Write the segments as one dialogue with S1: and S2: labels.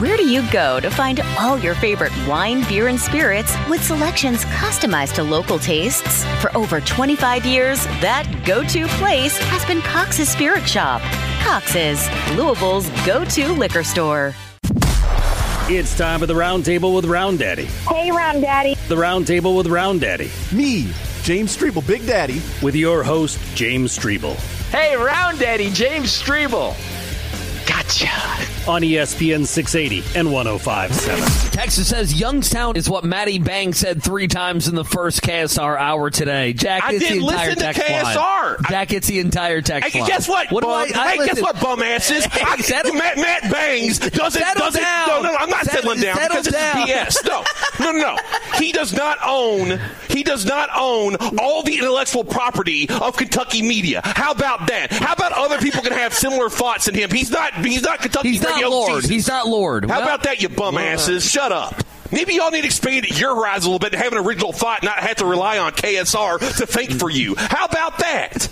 S1: Where do you go to find all your favorite wine, beer, and spirits with selections customized to local tastes? For over 25 years, that go to place has been Cox's Spirit Shop. Cox's, Louisville's go to liquor store.
S2: It's time for the roundtable with Round Daddy.
S3: Hey, Round Daddy.
S2: The roundtable with Round Daddy
S4: Me, James Strebel, Big Daddy.
S2: with your host, James Strebel
S5: Hey, Round Daddy, James Strebel. Gotcha.
S2: on E ESPN 680 and 1057.
S6: Texas says Youngstown is what Matty Bang said three times in the first KSR hour today. Jack,
S5: I
S6: it's the
S5: didn't
S6: entire
S5: listen to
S6: text line.
S5: KSR.
S6: Jack, it's the entire text
S5: Hey,
S6: line.
S5: guess what?
S6: What do
S5: bum-
S6: I? I
S5: hey, guess
S6: listen-
S5: what, bum asses?
S6: Hey,
S5: I,
S6: settle-
S5: Matt, Matt Bangs doesn't
S6: Settle
S5: doesn't.
S6: down.
S5: No, no, no, I'm not
S6: Settle-
S5: settling down
S6: settle
S5: because
S6: down.
S5: it's BS. No, no, no, no. He does not own. He does not own all the intellectual property of Kentucky media. How about that? How about other people can have similar thoughts than him? He's not. He's not Kentucky
S6: He's not
S5: radio
S6: Lord.
S5: Jesus.
S6: He's not Lord.
S5: How
S6: Well-
S5: about that, you bum
S6: Well, uh,
S5: asses? Shut up. Maybe y'all need to expand your horizon a little bit and have an original thought, not have to rely on KSR to think for you. How about that?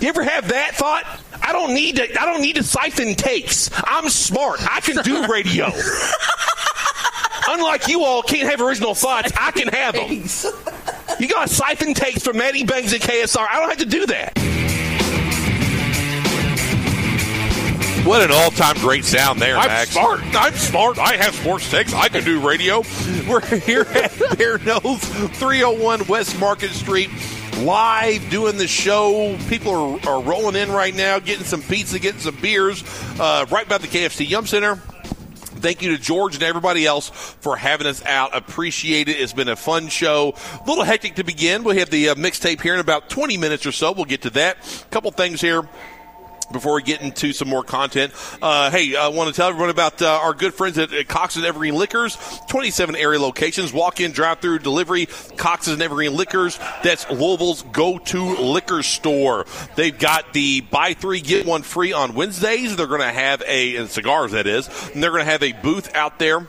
S5: You ever have that thought? I don't need to. I don't need to siphon takes. I'm smart. I can do radio. Unlike you all, can't have original thoughts. I can have them. You got siphon takes from Maddie Bangs and KSR. I don't have to do that.
S7: What an all-time great sound there,
S5: I'm
S7: Max.
S5: smart.
S7: I'm smart. I have sports takes. I can do radio. We're here at Bear Nose, 301 West Market Street, live doing the show. People are, are rolling in right now, getting some pizza, getting some beers, uh, right by the KFC Yum Center. Thank you to George and everybody else for having us out. Appreciate it. It's been a fun show. A little hectic to begin. We have the uh, mixtape here in about 20 minutes or so. We'll get to that. A couple things here before we get into some more content, uh, hey, I want to tell everyone about uh, our good friends at, at Cox's and Evergreen Liquors, 27 area locations, walk in, drive through, delivery, Cox's and Evergreen Liquors. That's Louisville's go to liquor store. They've got the buy three, get one free on Wednesdays. They're going to have a, and cigars that is, and they're going to have a booth out there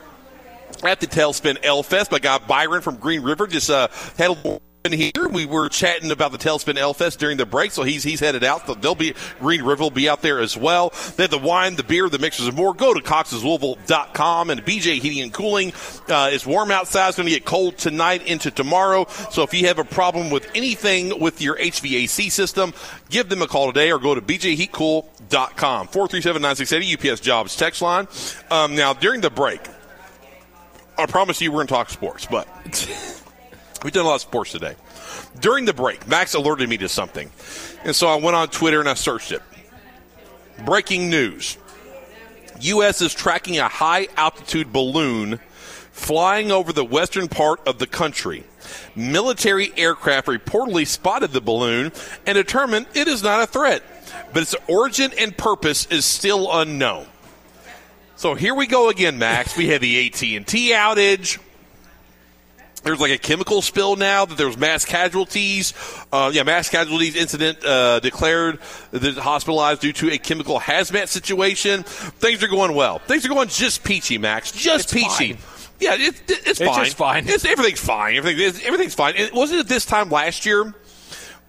S7: at the Tailspin L Fest. My guy Byron from Green River just uh, had a little in here. We were chatting about the Tailspin L Fest during the break, so he's he's headed out. So they'll be Green River will be out there as well. They have the wine, the beer, the mixers, and more. Go to coxeslouisville.com and BJ Heating and Cooling. Uh, it's warm outside. It's going to get cold tonight into tomorrow. So if you have a problem with anything with your HVAC system, give them a call today or go to bjheatcool.com. 437-9680 UPS Jobs text line. Um, now during the break. I promise you we're going to talk sports, but we've done a lot of sports today. During the break, Max alerted me to something. And so I went on Twitter and I searched it. Breaking news U.S. is tracking a high altitude balloon flying over the western part of the country. Military aircraft reportedly spotted the balloon and determined it is not a threat, but its origin and purpose is still unknown. So here we go again, Max. We had the AT&T outage. There's like a chemical spill now that there was mass casualties. Uh, yeah, mass casualties incident uh, declared that hospitalized due to a chemical hazmat situation. Things are going well. Things are going just peachy, Max. Just peachy. Yeah, it, it- it's fine.
S6: just fine.
S7: It's, everything's fine. Everything, it's- everything's fine. And wasn't it this time last year?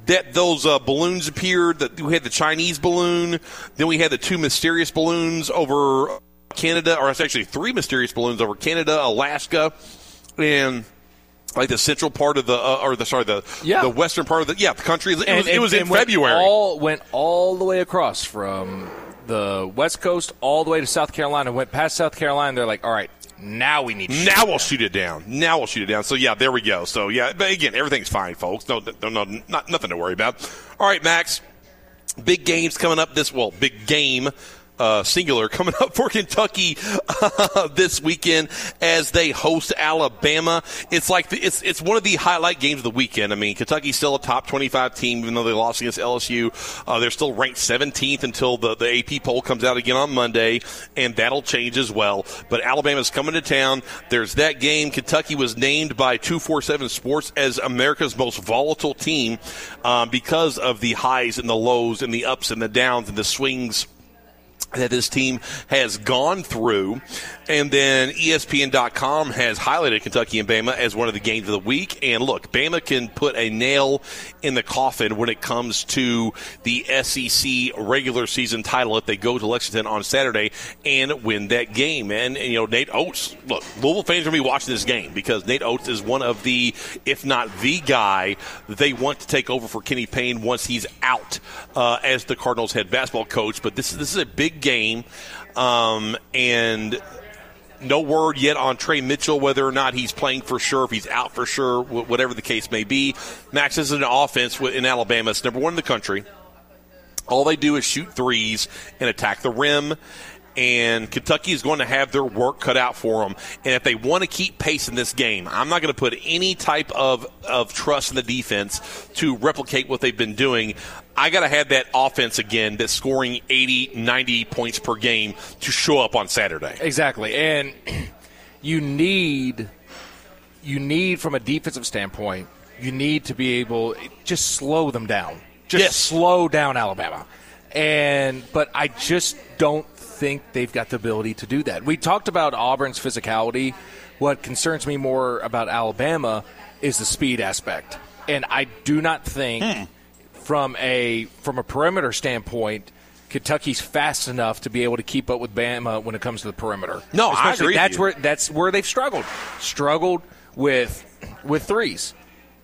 S7: that those uh, balloons appeared. That we had the Chinese balloon, then we had the two mysterious balloons over Canada, or it's actually three mysterious balloons over Canada, Alaska, and like the central part of the, uh, or the sorry, the
S8: Yeah.
S7: the western part of the yeah the country. It was,
S8: And-
S7: it was
S8: and-
S7: in
S8: and went
S7: February.
S8: All went all the way across from the West Coast all the way to South Carolina. Went past South Carolina. They're like, all right, now we need. to shoot
S7: now
S8: it down."
S7: we'll shoot it down. Now we'll shoot it down. So yeah, there we go. So yeah, but again, everything's fine, folks. No, no, no, not nothing to worry about. All right, Max. Big games coming up this well, big game uh, singular coming up for Kentucky uh, this weekend as they host Alabama. It's like the, it's it's one of the highlight games of the weekend. I mean, Kentucky's still a top 25 team, even though they lost against LSU. Uh, they're still ranked 17th until the, the AP poll comes out again on Monday, and that'll change as well. But Alabama's coming to town. There's that game. Kentucky was named by 247 Sports as America's most volatile team um, because of the highs and the lows and the ups and the downs and the swings that this team has gone through. And then E ESPN.com has highlighted Kentucky and Bama as one of the games of the week. And look, Bama can put a nail in the coffin when it comes to the SEC regular season title if they go to Lexington on Saturday and win that game. And, and you know, Nate Oates, look, Louisville fans are going to be watching this game because Nate Oates is one of the, if not the guy, they want to take over for Kenny Payne once he's out uh, as the Cardinals head basketball coach. But this, this is a big game, um, and no word yet on Trey Mitchell whether or not he's playing for sure, if he's out for sure, wh- whatever the case may be. Max is an offense wi- in Alabama; it's number one in the country. All they do is shoot threes and attack the rim. And Kentucky is going to have their work cut out for them. And if they want to keep pace in this game, I'm not going to put any type of, of trust in the defense to replicate what they've been doing. I got to have that offense again that's scoring 80, 90 points per game to show up on Saturday.
S8: Exactly, and you need you need from a defensive standpoint, you need to be able just slow them down. Just
S7: Yes.
S8: slow down Alabama. And but I just don't think they've got the ability to do that. We talked about Auburn's physicality. What concerns me more about Alabama is the speed aspect. And I do not think
S7: Hmm.
S8: from a from a perimeter standpoint Kentucky's fast enough to be able to keep up with Bama when it comes to the perimeter.
S7: No, I
S8: Especially-
S7: agree with
S8: That's
S7: you.
S8: where that's where they've struggled. Struggled with with threes.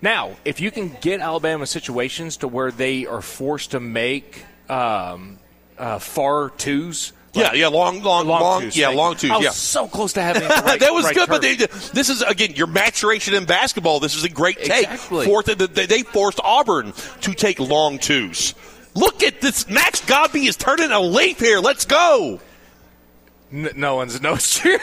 S8: Now, if you can get Alabama in situations to where they are forced to make um, uh, far twos,
S7: yeah, yeah, long, long, long,
S8: twos,
S7: yeah,
S8: thank
S7: long
S8: you.
S7: twos,
S8: I was
S7: yeah.
S8: so close to having the right,
S7: that was
S8: right
S7: good, but
S8: term.
S7: they, this is again your maturation in basketball. This is a great take.
S8: Exactly.
S7: Fourth, they, they forced Auburn to take long twos. Look at this, Max Godby is turning a leaf here. Let's go!
S8: N- no one's no cheer.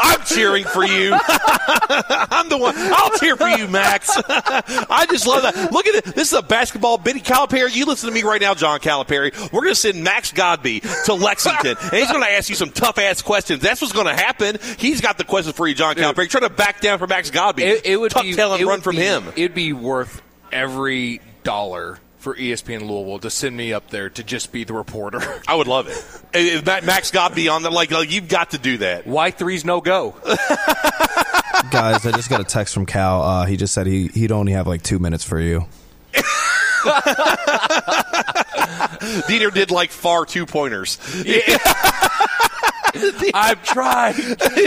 S7: I'm cheering for you. I'm the one. I'll cheer for you, Max. I just love that. Look at it. This is a basketball. Benny Calipari, you listen to me right now, John Calipari. We're going to send Max Godby to Lexington, and he's going to ask you some tough ass questions. That's what's going to happen. He's got the questions for you, John Calipari. Try to back down for Max Godby.
S8: It, it would
S7: Tuck
S8: be
S7: tail and
S8: it
S7: run
S8: would
S7: from
S8: be-
S7: him.
S8: It'd be worth every dollar for E ESPN Louisville to send me up there to just be the reporter.
S7: I would love it. If Ma- Max Godby on the like, like, you've got to do that.
S8: Why threes no go?
S3: Guys, I just got a text from Cal. Uh, he just said he he'd only have like two minutes for you.
S7: Dieter did like far two pointers.
S8: I'm trying.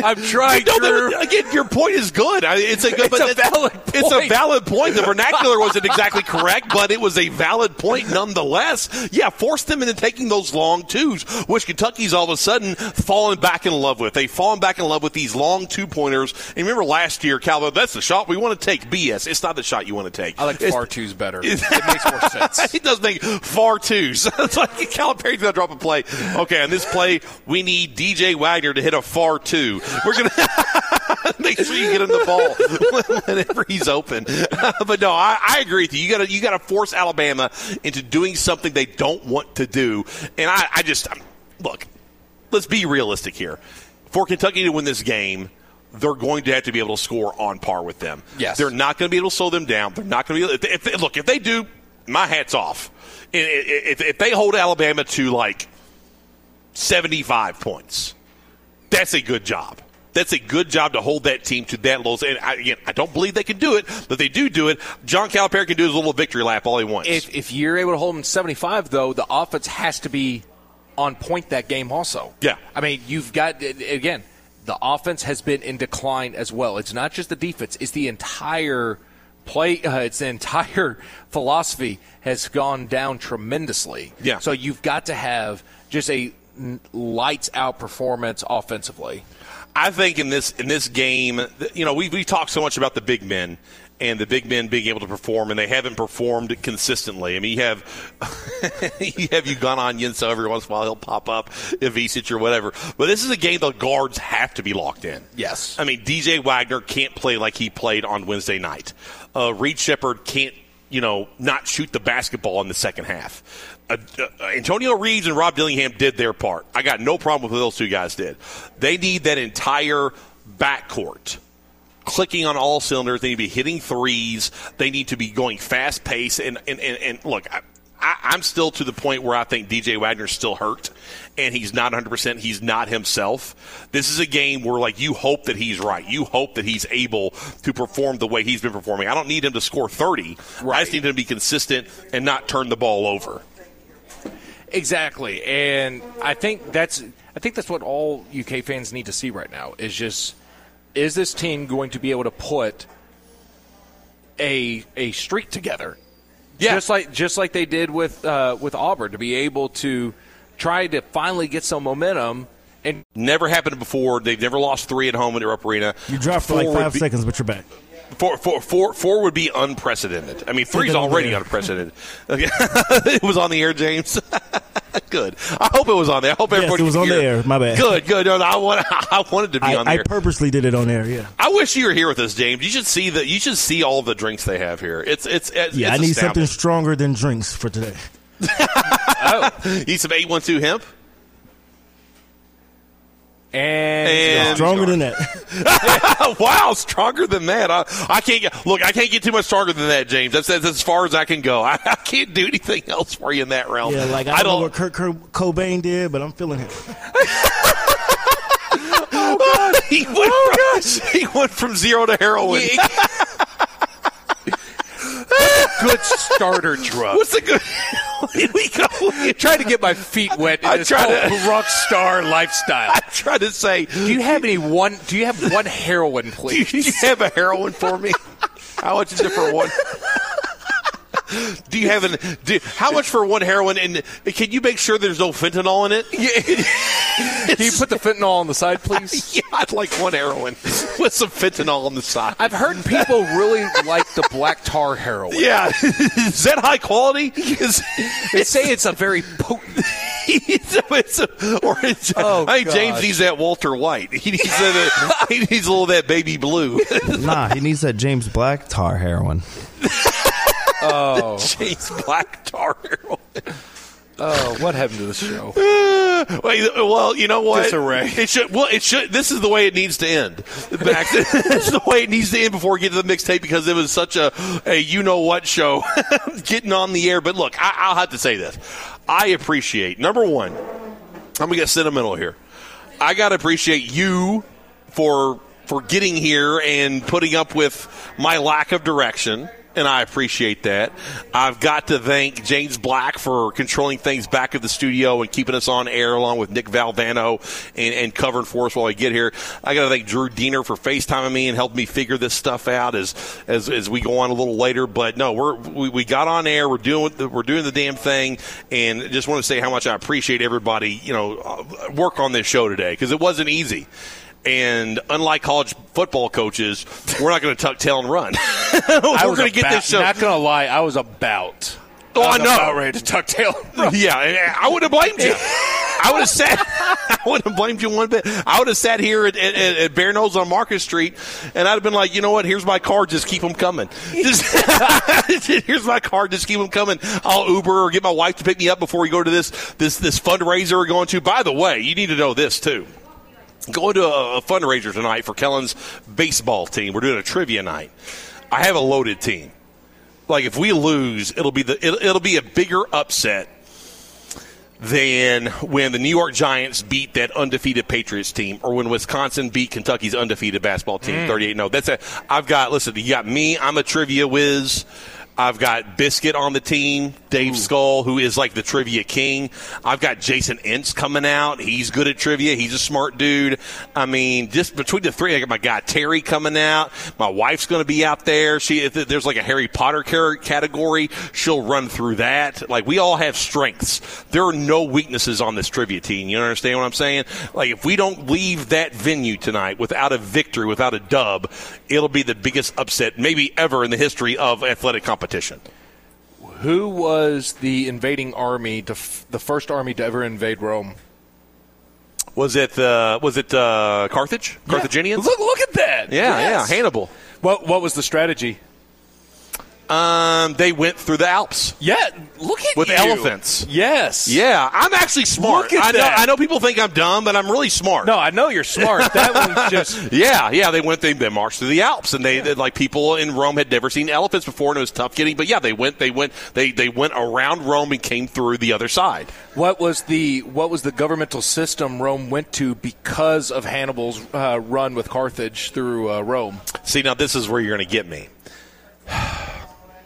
S8: I'm trying.
S7: No,
S8: Drew.
S7: that- again, your point is good. I, it's a good,
S8: It's
S7: but
S8: a
S7: that's-
S8: valid
S7: It's a
S8: point.
S7: valid point. The vernacular wasn't exactly correct, but it was a valid point nonetheless. Yeah, force them into taking those long twos, which Kentucky's all of a sudden fallen back in love with. They've fallen back in love with these long two pointers. And remember last year, Calvo, that's the shot we want to take. BS. It's not the shot you want to take.
S8: I like
S7: It's-
S8: far twos better. It makes more sense.
S7: he does make far twos. it's like Calipari's gonna drop a play. Okay, on this play, we need DJ Wagner to hit a far two. We're gonna make sure you get him the ball whenever he's open. but no, I, I agree with you. You gotta you gotta force Alabama into doing something they don't want to do. And I, I just I'm- look. Let's be realistic here. For Kentucky to win this game. They're going to have to be able to score on par with them.
S8: Yes.
S7: they're not going to be able to slow them down. They're not going to be. If they, if they- look, if they do, my hat's off. I- i- If, if they hold Alabama to like seventy-five points, that's a good job. That's a good job to hold that team to that low. And I, again, I don't believe they can do it, but they do do it. John Calipari can do his little victory lap all he wants.
S8: If, if you're able to hold them 75, though, the offense has to be on point that game also.
S7: Yeah.
S8: I mean, you've got, again, the offense has been in decline as well. It's not just the defense, it's the entire play, uh, it's the entire philosophy has gone down tremendously.
S7: Yeah.
S8: So you've got to have just a n- lights out performance offensively.
S7: I think in this in this game, th- you know, we we talked so much about the big men, and the big men being able to perform, and they haven't performed consistently. I mean, you have you have Ugana Yinsa every once in a while he'll pop up, Ivicic or whatever. But this is a game the guards have to be locked in.
S8: Yes.
S7: I mean DJ Wagner can't play like he played on Wednesday night. Uh, Reed Shepard can't you know not shoot the basketball in the second half. Uh, uh, Antonio Reeves and Rob Dillingham did their part. I got no problem with what those two guys did. They need that entire backcourt clicking on all cylinders. They need to be hitting threes. They need to be going fast pace. And and, and, and look, I, I, I'm still to the point where I think DJ Wagner's still hurt, and he's not 100. percent He's not himself. This is a game where like you hope that he's right. You hope that he's able to perform the way he's been performing. I don't need him to score 30. I just need him to be consistent and not turn the ball over.
S8: Exactly, and I think that's I think that's what all UK fans need to see right now is just is this team going to be able to put a a streak together?
S7: Yeah.
S8: just like just like they did with uh, with Auburn to be able to try to finally get some momentum. And
S7: Never happened before. They've never lost three at home in their arena.
S9: You dropped for like
S7: Four would
S9: five
S7: be-
S9: seconds, but you're back.
S7: Four, four, four, four would be unprecedented. I mean, three's
S9: Put it on
S7: already
S9: there.
S7: unprecedented. Okay. it was on the air, James. good. I hope it was on there. I hope everybody
S9: it was
S7: could
S9: on the
S7: hear.
S9: air. My bad.
S7: Good, good. No, no, I want, I wanted to be
S9: I,
S7: on
S9: I
S7: there.
S9: purposely did it on air. Yeah,
S7: I wish you were here with us, James. You should see the, you should see all the drinks they have here. It's, it's, it's
S9: yeah. I
S7: it's
S9: need something
S7: astounding.
S9: stronger than drinks for today.
S7: Oh, Need some eight one two hemp.
S8: and,
S7: And
S9: Stronger than that.
S7: wow, stronger than that. I, I can't get, look. I can't get too much stronger than that, James. That's, that's as far as I can go. I, I can't do anything else for you in that realm.
S9: yeah, like I don't, know what Kurt, Kurt Cobain did, but I'm feeling him.
S7: he went
S9: Oh,
S7: from, He went from zero to heroin.
S8: good starter drug.
S7: What's the good? Here we go.
S8: Trying to get my feet wet in
S7: I
S8: this
S7: tried
S8: whole
S7: to-
S8: rock star lifestyle.
S7: I tried to say,
S8: Do you have any one? Do you have one heroin,
S7: do you,
S8: please?
S7: do you have a heroin for me? How much is it for one? Do you have an? Do, how much for one heroin? And can you make sure there's no fentanyl in it?
S8: Can you put the fentanyl on the side, please?
S7: Yeah, I'd like one heroin with some fentanyl on the side.
S8: I've heard people really like the black tar heroin.
S7: yeah, is that high quality? Is,
S8: They say it's a very potent.
S7: It's a- it's a- or it's-
S8: Oh,
S7: I think James
S8: gosh.
S7: needs that Walter White. He needs, that, uh, he needs a little of that baby blue.
S3: nah, he needs that James Black tar heroin.
S7: James Black Tar Heroin.
S8: Oh, what happened to this show?
S7: Wait, well, you know what?
S8: Disarray.
S7: It should. Well, it should. This is the way it needs to end. Back to, this is the way it needs to end before we get to the mixtape because it was such a, a you know what show getting on the air. But look, I, I'll have to say this. I appreciate number one. I'm gonna get sentimental here. I gotta appreciate you for for getting here and putting up with my lack of direction. And I appreciate that. I've got to thank James Black for controlling things back at the studio and keeping us on air along with Nick Valvano and, and covering for us while we get here. I got to thank Drew Diener for FaceTiming me and helping me figure this stuff out as, as, as we go on a little later. But no, we're, we, we got on air. We're doing, the, we're doing the damn thing. And just want to say how much I appreciate everybody, you know, uh, work on this show today because it wasn't easy. And unlike college football coaches, we're not going to tuck tail and run. we're going to get this show.
S8: Not gonna lie, I was about.
S7: Oh, I
S8: was
S7: know.
S8: About ready to tuck tail.
S7: Yeah, and- and I wouldn't have blamed you. I would have sat. I wouldn't have blamed you one bit. I would have sat here at, at, at at Bear Nose on Market Street, and I'd have been like, you know what? Here's my card. Just keep them coming. Just, here's my card. Just keep them coming. I'll Uber or get my wife to pick me up before we go to this this this fundraiser we're going to. By the way, you need to know this too going to a, a fundraiser tonight for Kellen's baseball team. We're doing a trivia night. I have a loaded team. Like if we lose, it'll be the it'll, it'll be a bigger upset than when the New York Giants beat that undefeated Patriots team or when Wisconsin beat Kentucky's oh. undefeated basketball team 38 no that's a I've got listen you got me I'm a trivia whiz I've got Biscuit on the team, Dave Skull, who is like the trivia king. I've got Jason Entz coming out. He's good at trivia. He's a smart dude. I mean, just between the three, I got my guy Terry coming out. My wife's going to be out there. She if there's like a Harry Potter car- category, she'll run through that. Like we all have strengths. There are no weaknesses on this trivia team. You understand what I'm saying? Like if we don't leave that venue tonight without a victory, without a dub, it'll be the biggest upset maybe ever in the history of athletic competition.
S8: Who was the invading army, to f- the first army to ever invade Rome?
S7: Was it uh, was it uh, Carthage? Carthaginians?
S8: Look, look at that.
S7: Yeah,
S8: Yes.
S7: yeah, Hannibal.
S8: What what was the strategy?
S7: Um, they went through the Alps.
S8: Yeah, look at
S7: With
S8: you.
S7: elephants.
S8: Yes.
S7: Yeah, I'm actually smart.
S8: Look at
S7: I know,
S8: that.
S7: I know people think I'm dumb, but I'm really smart.
S8: No, I know you're smart. That one's just
S7: Yeah, yeah, they went. They, they marched through the Alps, and they, they- like people in Rome had never seen elephants before, and it was tough getting. But yeah, they went. They went. They they went around Rome and came through the other side.
S8: What was the what was the governmental system Rome went to because of Hannibal's uh, run with Carthage through uh, Rome?
S7: See, now this is where you're going to get me.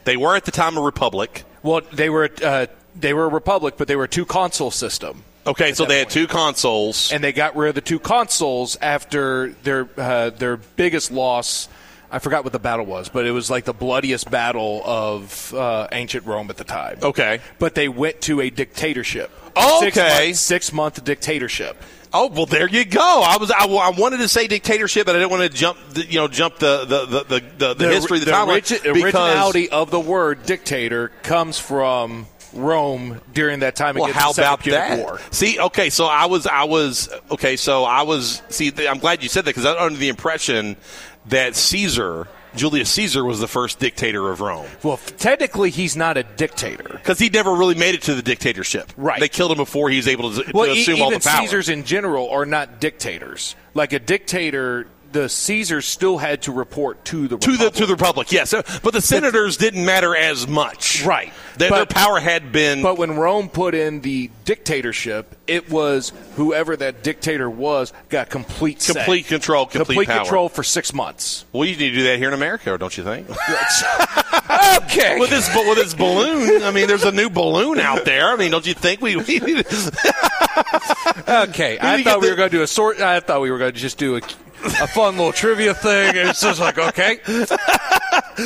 S7: They were at the time a republic.
S8: Well, they were uh, they were a republic, but they were a two consul system,
S7: Okay, so they had two consuls.
S8: and they got rid of the two consuls after their uh, their biggest loss. I forgot what the battle was, but it was like the bloodiest battle of uh, ancient Rome at the time.
S7: Okay.
S8: but they went to a dictatorship.
S7: Okay.
S8: six month dictatorship.
S7: Oh well, there you go. I was I, I wanted to say dictatorship, but I didn't want to jump the, you know jump the the the the, the, the history of the, timeline
S8: origi- originality of the word dictator comes from Rome during that time
S7: Well,
S8: against
S7: how
S8: the Second
S7: about
S8: Punic
S7: that?
S8: War.
S7: See, okay, so I was, I was, okay, so I was. See, th- I'm glad you said that because I'm under the impression that Caesar, Julius Caesar, was the first dictator of Rome
S8: Well, f- technically, he's not a dictator.
S7: because he never really made it to the dictatorship.
S8: Right.
S7: They killed him before he was able to, to
S8: Well, e-
S7: assume
S8: even
S7: all the power.
S8: Caesars in general are not dictators. Like a dictator, the Caesars still had to report to the
S7: to the
S8: Republic.
S7: to the republic, yes, So- but the senators didn't matter as much,
S8: Right.
S7: Their,
S8: But-
S7: their power had been
S8: But when Rome put in the dictatorship, it was whoever that dictator was got complete say.
S7: Complete control, complete power.
S8: control for six months.
S7: Well, you need to do that here in America, don't you think?
S8: Okay.
S7: with this with this balloon, I mean, there's a new balloon out there. I mean, don't you think we? we need to-
S8: Okay, I
S7: you
S8: thought
S7: get
S8: we
S7: the-
S8: were going to do a sort. I thought we were going to just do a, a fun little trivia thing. And it's just like, okay,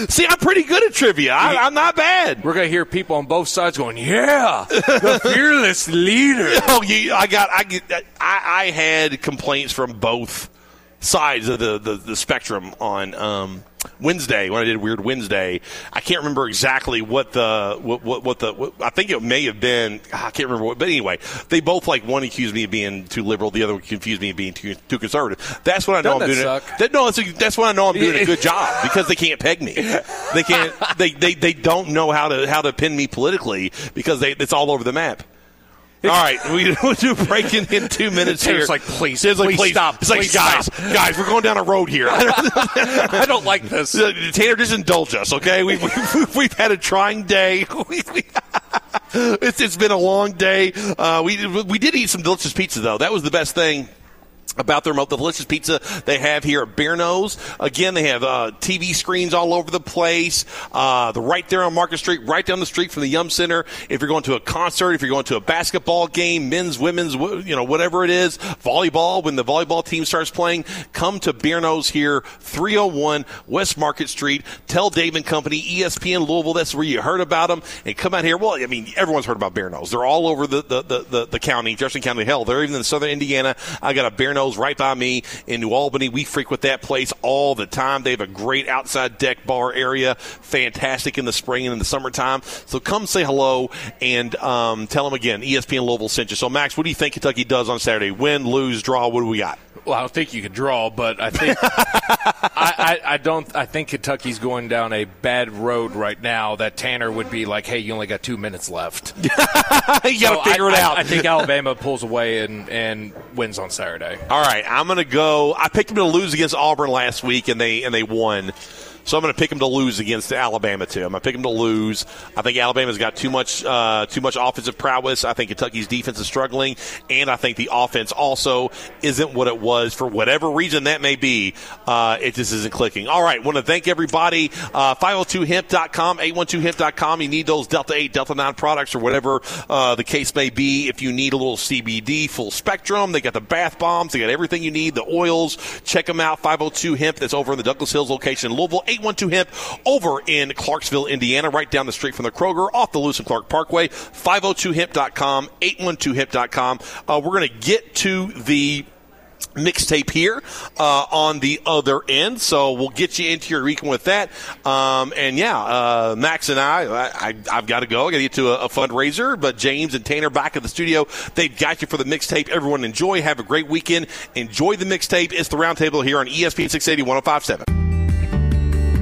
S7: See, I'm pretty good at trivia. I, I'm not bad.
S8: we're going to hear people on both sides going, "Yeah, the fearless leader."
S7: Oh, you, I got. I, get- I I had complaints from both sides of the the, the spectrum on um, Wednesday when I did Weird Wednesday. I can't remember exactly what the what what, what the what, I think it may have been. ah, I can't remember what, but anyway, they both like one accused me of being too liberal, the other one confused me of being too too conservative. That's when I know
S8: Doesn't
S7: I'm
S8: that
S7: doing
S8: suck?
S7: it. That, no, that's that's when I know I'm doing a good job because they can't peg me. They can't. They, they they don't know how to how to pin me politically because they it's all over the map. All right, we, we'll do breaking in two minutes here.
S8: Taylor's like, please,
S7: Taylor's
S8: please stop,
S7: It's like,
S8: please
S7: guys,
S8: stop."
S7: guys, we're going down a road here.
S8: I don't like this.
S7: So, Tanner, just indulge us, okay? We, we, we've had a trying day. We, we, it's, it's been a long day. Uh, we, we did eat some delicious pizza, though. That was the best thing. About their most delicious pizza they have here at Beer Nose. Again, they have uh, TV screens all over the place. Uh, the right there on Market Street, right down the street from the Yum Center. If you're going to a concert, if you're going to a basketball game, men's, women's, wh- you know, whatever it is, volleyball. When the volleyball team starts playing, come to Beer Nose here, 301 West Market Street. Tell Dave and Company, E ESPN Louisville, that's where you heard about them, and come out here. Well, I mean, everyone's heard about Bear Nose. They're all over the, the, the, the, the county, Jefferson County. Hell, they're even in southern Indiana. I got a Bear Nose right by me in New Albany. We frequent that place all the time. They have a great outside deck bar area, fantastic in the spring and in the summertime. So come say hello and um, tell them again, ESPN Louisville sent you. So, Max, what do you think Kentucky does on Saturday? Win, lose, draw, what do we got?
S8: Well, I don't think you could draw, but I think I, I, I don't. I think Kentucky's going down a bad road right now. That Tanner would be like, "Hey, you only got two minutes left."
S7: you got to
S8: So I-
S7: figure it
S8: I-
S7: out.
S8: I think Alabama pulls away and and wins on Saturday.
S7: All right, I'm going to go. I picked them to lose against Auburn last week, and they and they won. So I'm going to pick them to lose against Alabama too. I'm going to pick them to lose. I think Alabama's got too much uh, too much offensive prowess. I think Kentucky's defense is struggling, and I think the offense also isn't what it was for whatever reason that may be. Uh, it just isn't clicking. All right, want to thank everybody. Uh, 502hemp.com, 812hemp.com. You need those Delta 8, Delta 9 products or whatever uh, the case may be. If you need a little CBD, full spectrum, they got the bath bombs, they got everything you need, the oils. Check them out. 502 Hemp, that's over in the Douglas Hills location in Louisville. 812 Hemp over in Clarksville, Indiana, right down the street from the Kroger off the Lewis and Clark Parkway. 502hemp.com, 812hemp.com. Uh, we're going to get to the mixtape here uh, on the other end. So we'll get you into your weekend with that. Um, and yeah, uh, Max and I, I, I I've got to go. I got to get to a, a fundraiser. But James and Tanner back at the studio. They've got you for the mixtape. Everyone enjoy. Have a great weekend. Enjoy the mixtape. It's the roundtable here on E ESPN 680 1057.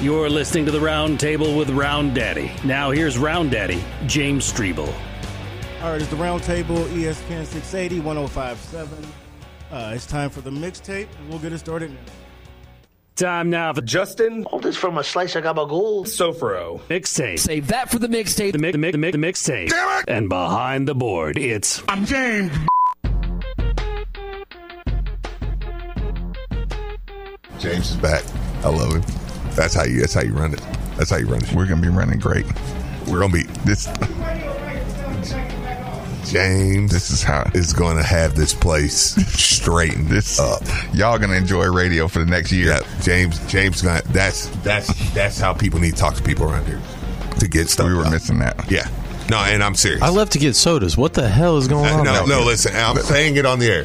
S2: You're listening to the Round Table with Round Daddy. Now here's Round Daddy, James Strebel.
S9: All right, it's the roundtable, E ESPN 680, 1057. Uh, it's time for the mixtape, and we'll get it started.
S2: Time now for Justin.
S10: All this from a slice of gabagool.
S2: Sofro. Mixtape.
S6: Save that for the mixtape.
S2: The mix, the mix, the mix, the mixtape. And behind the board, it's
S10: I'm James.
S11: James is back. I love him. That's how you. That's how you run it. That's how you run it. We're gonna be running great. We're gonna be this. James, this is how is going to have this place straightened this, up. Y'all gonna enjoy radio for the next year. James, James, gonna that's that's that's how people need to talk to people around here to get stuff. We were missing that. Yeah, no, and I'm serious.
S12: I left to get sodas. What the hell is going on?
S11: Uh, no,
S12: out
S11: no,
S12: here?
S11: listen, I'm saying it on the air.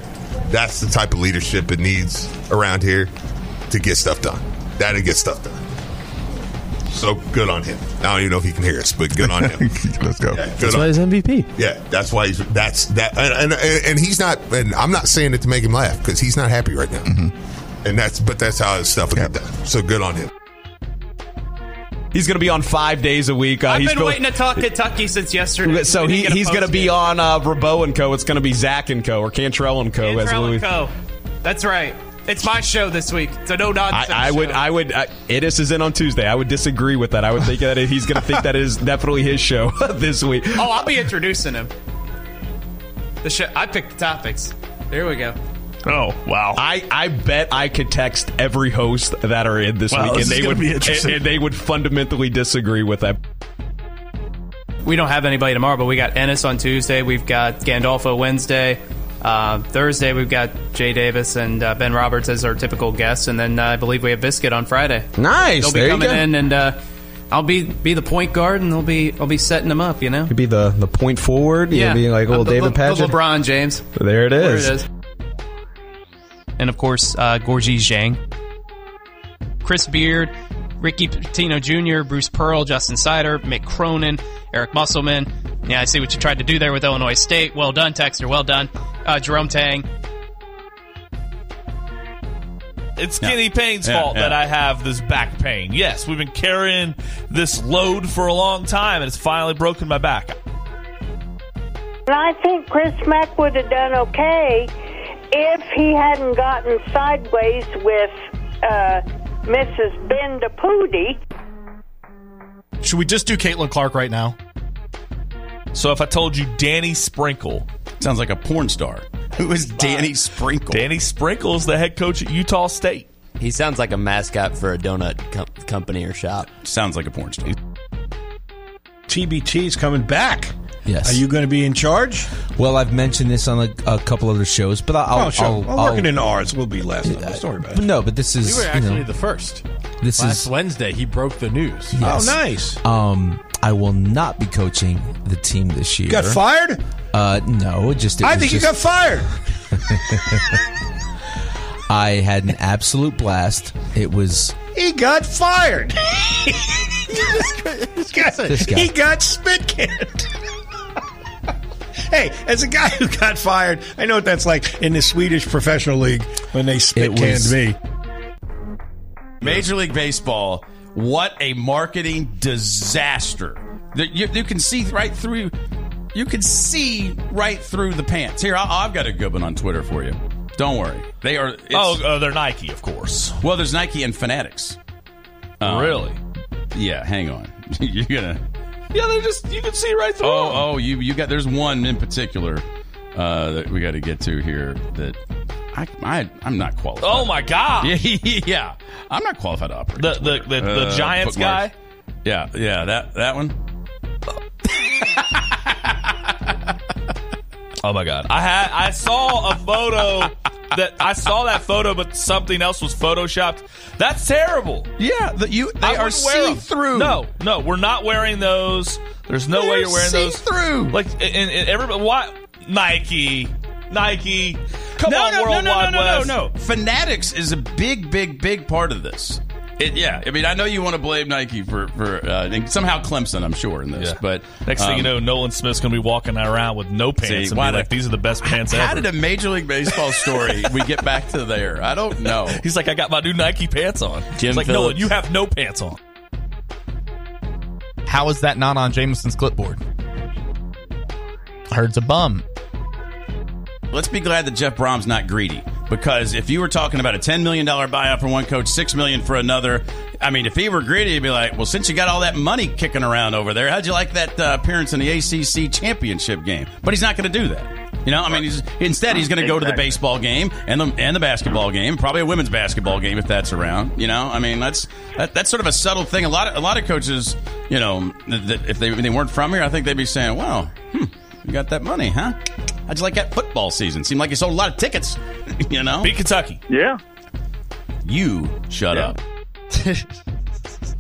S11: That's the type of leadership it needs around here to get stuff done. That'll get stuff done. So good on him. I don't even know if he can hear us, but good on him.
S12: Let's go.
S11: Yeah, good
S12: That's
S11: on-
S12: why he's MVP.
S11: yeah, that's why he's that's that, and, and and he's not. And I'm not saying it to make him laugh because he's not happy right now.
S12: Mm-hmm.
S11: And that's but that's how his stuff will get done. So good on him.
S13: He's going to be on five days a week. Uh,
S14: I've
S13: he's
S14: been
S13: built-
S14: waiting to talk Kentucky since yesterday.
S13: So
S14: We
S13: he,
S14: didn't get a
S13: he's going to
S14: post
S13: be
S14: game.
S13: on uh, Rabot and Co. It's going to be Zach and Co. or Cantrell and Co. as
S14: Terrell and
S13: Louis.
S14: Co. That's right. It's my show this week, so no nonsense.
S13: I, I would, I would. Uh, Idis is in on Tuesday. I would disagree with that. I would think that he's going to think that is definitely his show this week.
S14: oh, I'll be introducing him. The show. I picked the topics. There we go.
S13: Oh wow! I, I bet I could text every host that are in this
S14: Wow,
S13: week,
S14: this
S13: and
S14: is
S13: they
S14: gonna
S13: would
S14: be
S13: and,
S14: interesting.
S13: and they would fundamentally disagree with that.
S14: We don't have anybody tomorrow, but we got Ennis on Tuesday. We've got Gandolfo Wednesday. Uh, Thursday, we've got Jay Davis and uh, Ben Roberts as our typical guests, and then uh, I believe we have Biscuit on Friday.
S13: Nice.
S14: They'll be
S13: There you
S14: coming
S13: go.
S14: in, and uh, I'll be be the point guard, and they'll be I'll be setting them up. You know.
S12: Could be the the point forward. Yeah, be like old
S14: Uh, The- the-
S12: David
S14: the
S12: Paget.
S14: LeBron James.
S12: There it is.
S14: There it is. And of course, uh, Gorgie Zhang. Chris Beard, Ricky Pitino Jr., Bruce Pearl, Justin Sider, Mick Cronin, Eric Musselman. Yeah, I see what you tried to do there with Illinois State. Well done, Texter. Well done. Uh, Jerome Tang.
S15: It's Kenny Payne's
S16: Yeah,
S15: fault
S16: yeah.
S15: that I have this back pain. Yes, we've been carrying this load for a long time, and it's finally broken my back.
S17: And I think Chris Mack would have done okay if he hadn't gotten sideways with uh, Mrs. Bendapudi.
S15: Should we just do Caitlin Clark right now? So if I told you Danny Sprinkle, sounds like a porn star. Who is Danny Sprinkle? Danny Sprinkle is the head coach at Utah State.
S18: He sounds like a mascot for a donut com- company or shop.
S19: Sounds like a porn star.
S16: TBT's coming back.
S18: Yes.
S16: Are you going to be in charge?
S18: Well, I've mentioned this on a, a couple other shows, but I'll.
S16: Oh, sure.
S18: I'll,
S16: I'm
S18: I'll-
S16: working in ours. We'll be last. on this. Don't worry about it.
S18: But no, but this is.
S19: You were actually
S18: know,
S19: the first.
S18: This
S19: Last
S18: is-
S19: Wednesday. He broke the news.
S16: Oh,
S18: yes. Um, I will not be coaching the team this year.
S16: got fired?
S18: Uh, no, it just. It
S16: I
S18: was
S16: think
S18: just,
S16: you got fired.
S18: I had an absolute blast. It was.
S16: He got fired. this guy,
S18: This guy.
S16: He got spit canned. hey, as a guy who got fired, I know what that's like in the Swedish professional league when they spit
S18: It was-
S16: canned me.
S20: Major League Baseball, what a marketing disaster. That You, you can see right through. You can see right through the pants. Here, I, I've got a good one on Twitter for you. Don't worry, they are.
S15: Oh, uh, they're Nike, of course.
S20: Well, there's Nike and Fanatics. Um,
S15: Really?
S20: Yeah. Hang on. You're gonna.
S15: Yeah, they're just you can see right through.
S20: Oh, oh, you you got. There's one in particular uh, that we got to get to here. That I, I I'm not qualified.
S15: Oh, my God.
S20: Yeah, yeah. I'm not qualified to operate.
S15: The- the- the- the Giants
S20: bookmarks. Uh, Yeah, yeah. That that one.
S15: Oh my god. I had I saw a photo that I saw that photo, but something else was photoshopped. That's terrible.
S20: Yeah, that you they
S15: are see through. No, no, we're not wearing those. There's no way
S20: They're
S15: you're wearing those
S20: see-through.
S15: Like and, and everybody, why Nike, Nike? Come
S20: no,
S15: on,
S20: no,
S15: World
S20: no, no,
S15: Wide
S20: no,
S15: West.
S20: no, no, no. Fanatics is a big, big, big part of this. It, yeah, I mean, I know you want to blame Nike for for uh, and somehow Clemson, I'm sure in this, but
S15: Next thing you know, Nolan Smith's gonna be walking around with no pants
S20: Um, See,
S15: and be
S20: why
S15: like,
S20: the-
S15: "These are the best pants
S20: how
S15: ever."
S20: did a Major League Baseball story we get back to there? I don't know.
S15: He's like, "I got my new Nike pants on."
S20: Jim
S15: it's like,
S20: Phillips.
S15: Nolan, you have no pants on.
S19: How is that not on Jameson's clipboard? Heard's a bum.
S20: Let's be glad that Jeff Brom's not greedy because if you were talking about a ten million dollar buyout for one coach, six million for another, I mean, if he were greedy, he'd be like, "Well, since you got all that money kicking around over there, how'd you like that uh, appearance in the ACC championship game?" But he's not going to do that. You know, I mean, he's, instead he's going to go to the
S21: Exactly.
S20: baseball game and the and the basketball game, probably a women's basketball game if that's around. You know, I mean, that's that, that's sort of a subtle thing. A lot of a lot of coaches, you know, th- th- if they if they weren't from here, I think they'd be saying, "Wow, hmm, you got that money, huh? How'd you like that football season? Seemed like you sold a lot of tickets, you know."
S15: Beat Kentucky.
S20: Yeah. You shut up.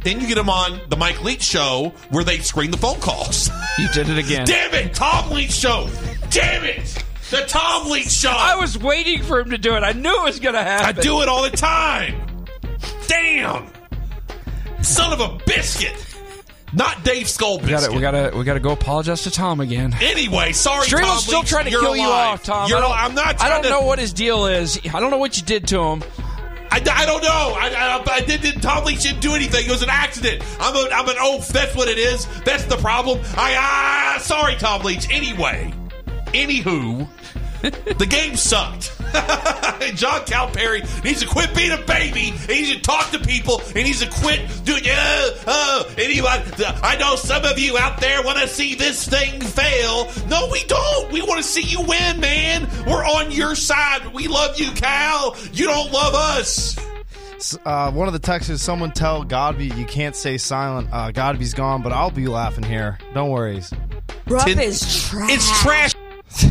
S7: Then you get him on the Mike Leach show where they screen the phone calls.
S19: You did it again.
S7: Damn it, Tom Leach show. Damn it, the Tom Leach show. I
S19: was waiting for him to do it. I knew it was going to happen.
S7: I do it all the time. Damn, son of a biscuit. Not Dave Skull
S19: We gotta,
S7: biscuit.
S19: we gotta, we gotta go apologize to Tom again.
S7: Anyway, sorry,
S19: Streevel's
S7: Tom
S19: still
S7: Leach,
S19: trying to
S7: you're
S19: kill you
S7: alive.
S19: off, Tom.
S7: You're
S19: I don't,
S7: al- I'm not
S19: I
S7: trying
S19: don't
S7: to-
S19: know what his deal is. I don't know what you did to him.
S7: I, I don't know. I, I, I did, did. Tom Leach didn't do anything. It was an accident. I'm a, I'm an oaf. That's what it is. That's the problem. I ah, sorry, Tom Leach. Anyway, anywho, the game sucked. And John Calipari needs to quit being a baby. And he should talk to people. And he needs to quit doing. Uh, uh, anyone? I know some of you out there want to see this thing fail. No, we don't. We want to see you win, man. We're on your side. We love you, Cal. You don't love us.
S22: Uh, one of the texts is someone tell Godby you can't say silent. Uh, Godby's gone, but I'll be laughing here. Don't worry.
S15: Tin-
S22: is trash.
S7: It's trash.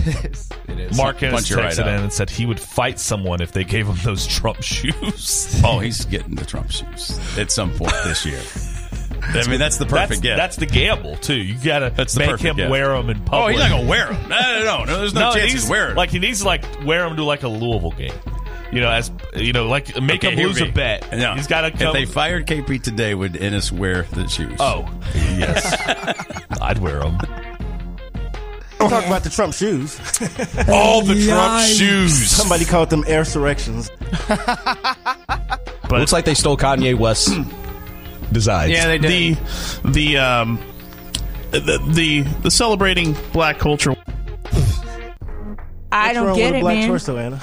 S22: it
S15: Mark Ennis
S20: Punch you right
S15: texted
S20: up.
S15: in and said he would fight someone if they gave him those Trump shoes.
S20: Oh, he's getting the Trump shoes at some point this year. I mean, that's the
S15: that's,
S20: perfect gift.
S15: That's the gamble too. You gotta
S20: the
S15: make
S20: perfect
S15: him
S20: gift.
S15: wear them in public.
S20: Oh, he's not gonna wear 'em. No, no, no, no, there's no chance he's
S15: needs-
S20: wearing 'em.
S15: Like he needs to like wear them to like a Louisville game. You know, as you know, like make
S20: Okay,
S15: him
S20: here
S15: lose
S20: we-
S15: a bet.
S20: No.
S15: He's got to
S20: If
S15: come.
S20: they fired KP today, would Ennis wear the shoes?
S15: Oh, yes. I'd wear them.
S9: Talk about the Trump shoes.
S7: All the
S9: Trump
S7: shoes.
S9: Somebody called them air surrections.
S18: Looks like they stole Kanye West's designs.
S23: Yeah, they did. The the um the the, the celebrating black culture.
S24: I
S9: What's wrong
S24: don't get
S9: with a
S24: it,
S9: black
S24: man.
S9: torso, Anna?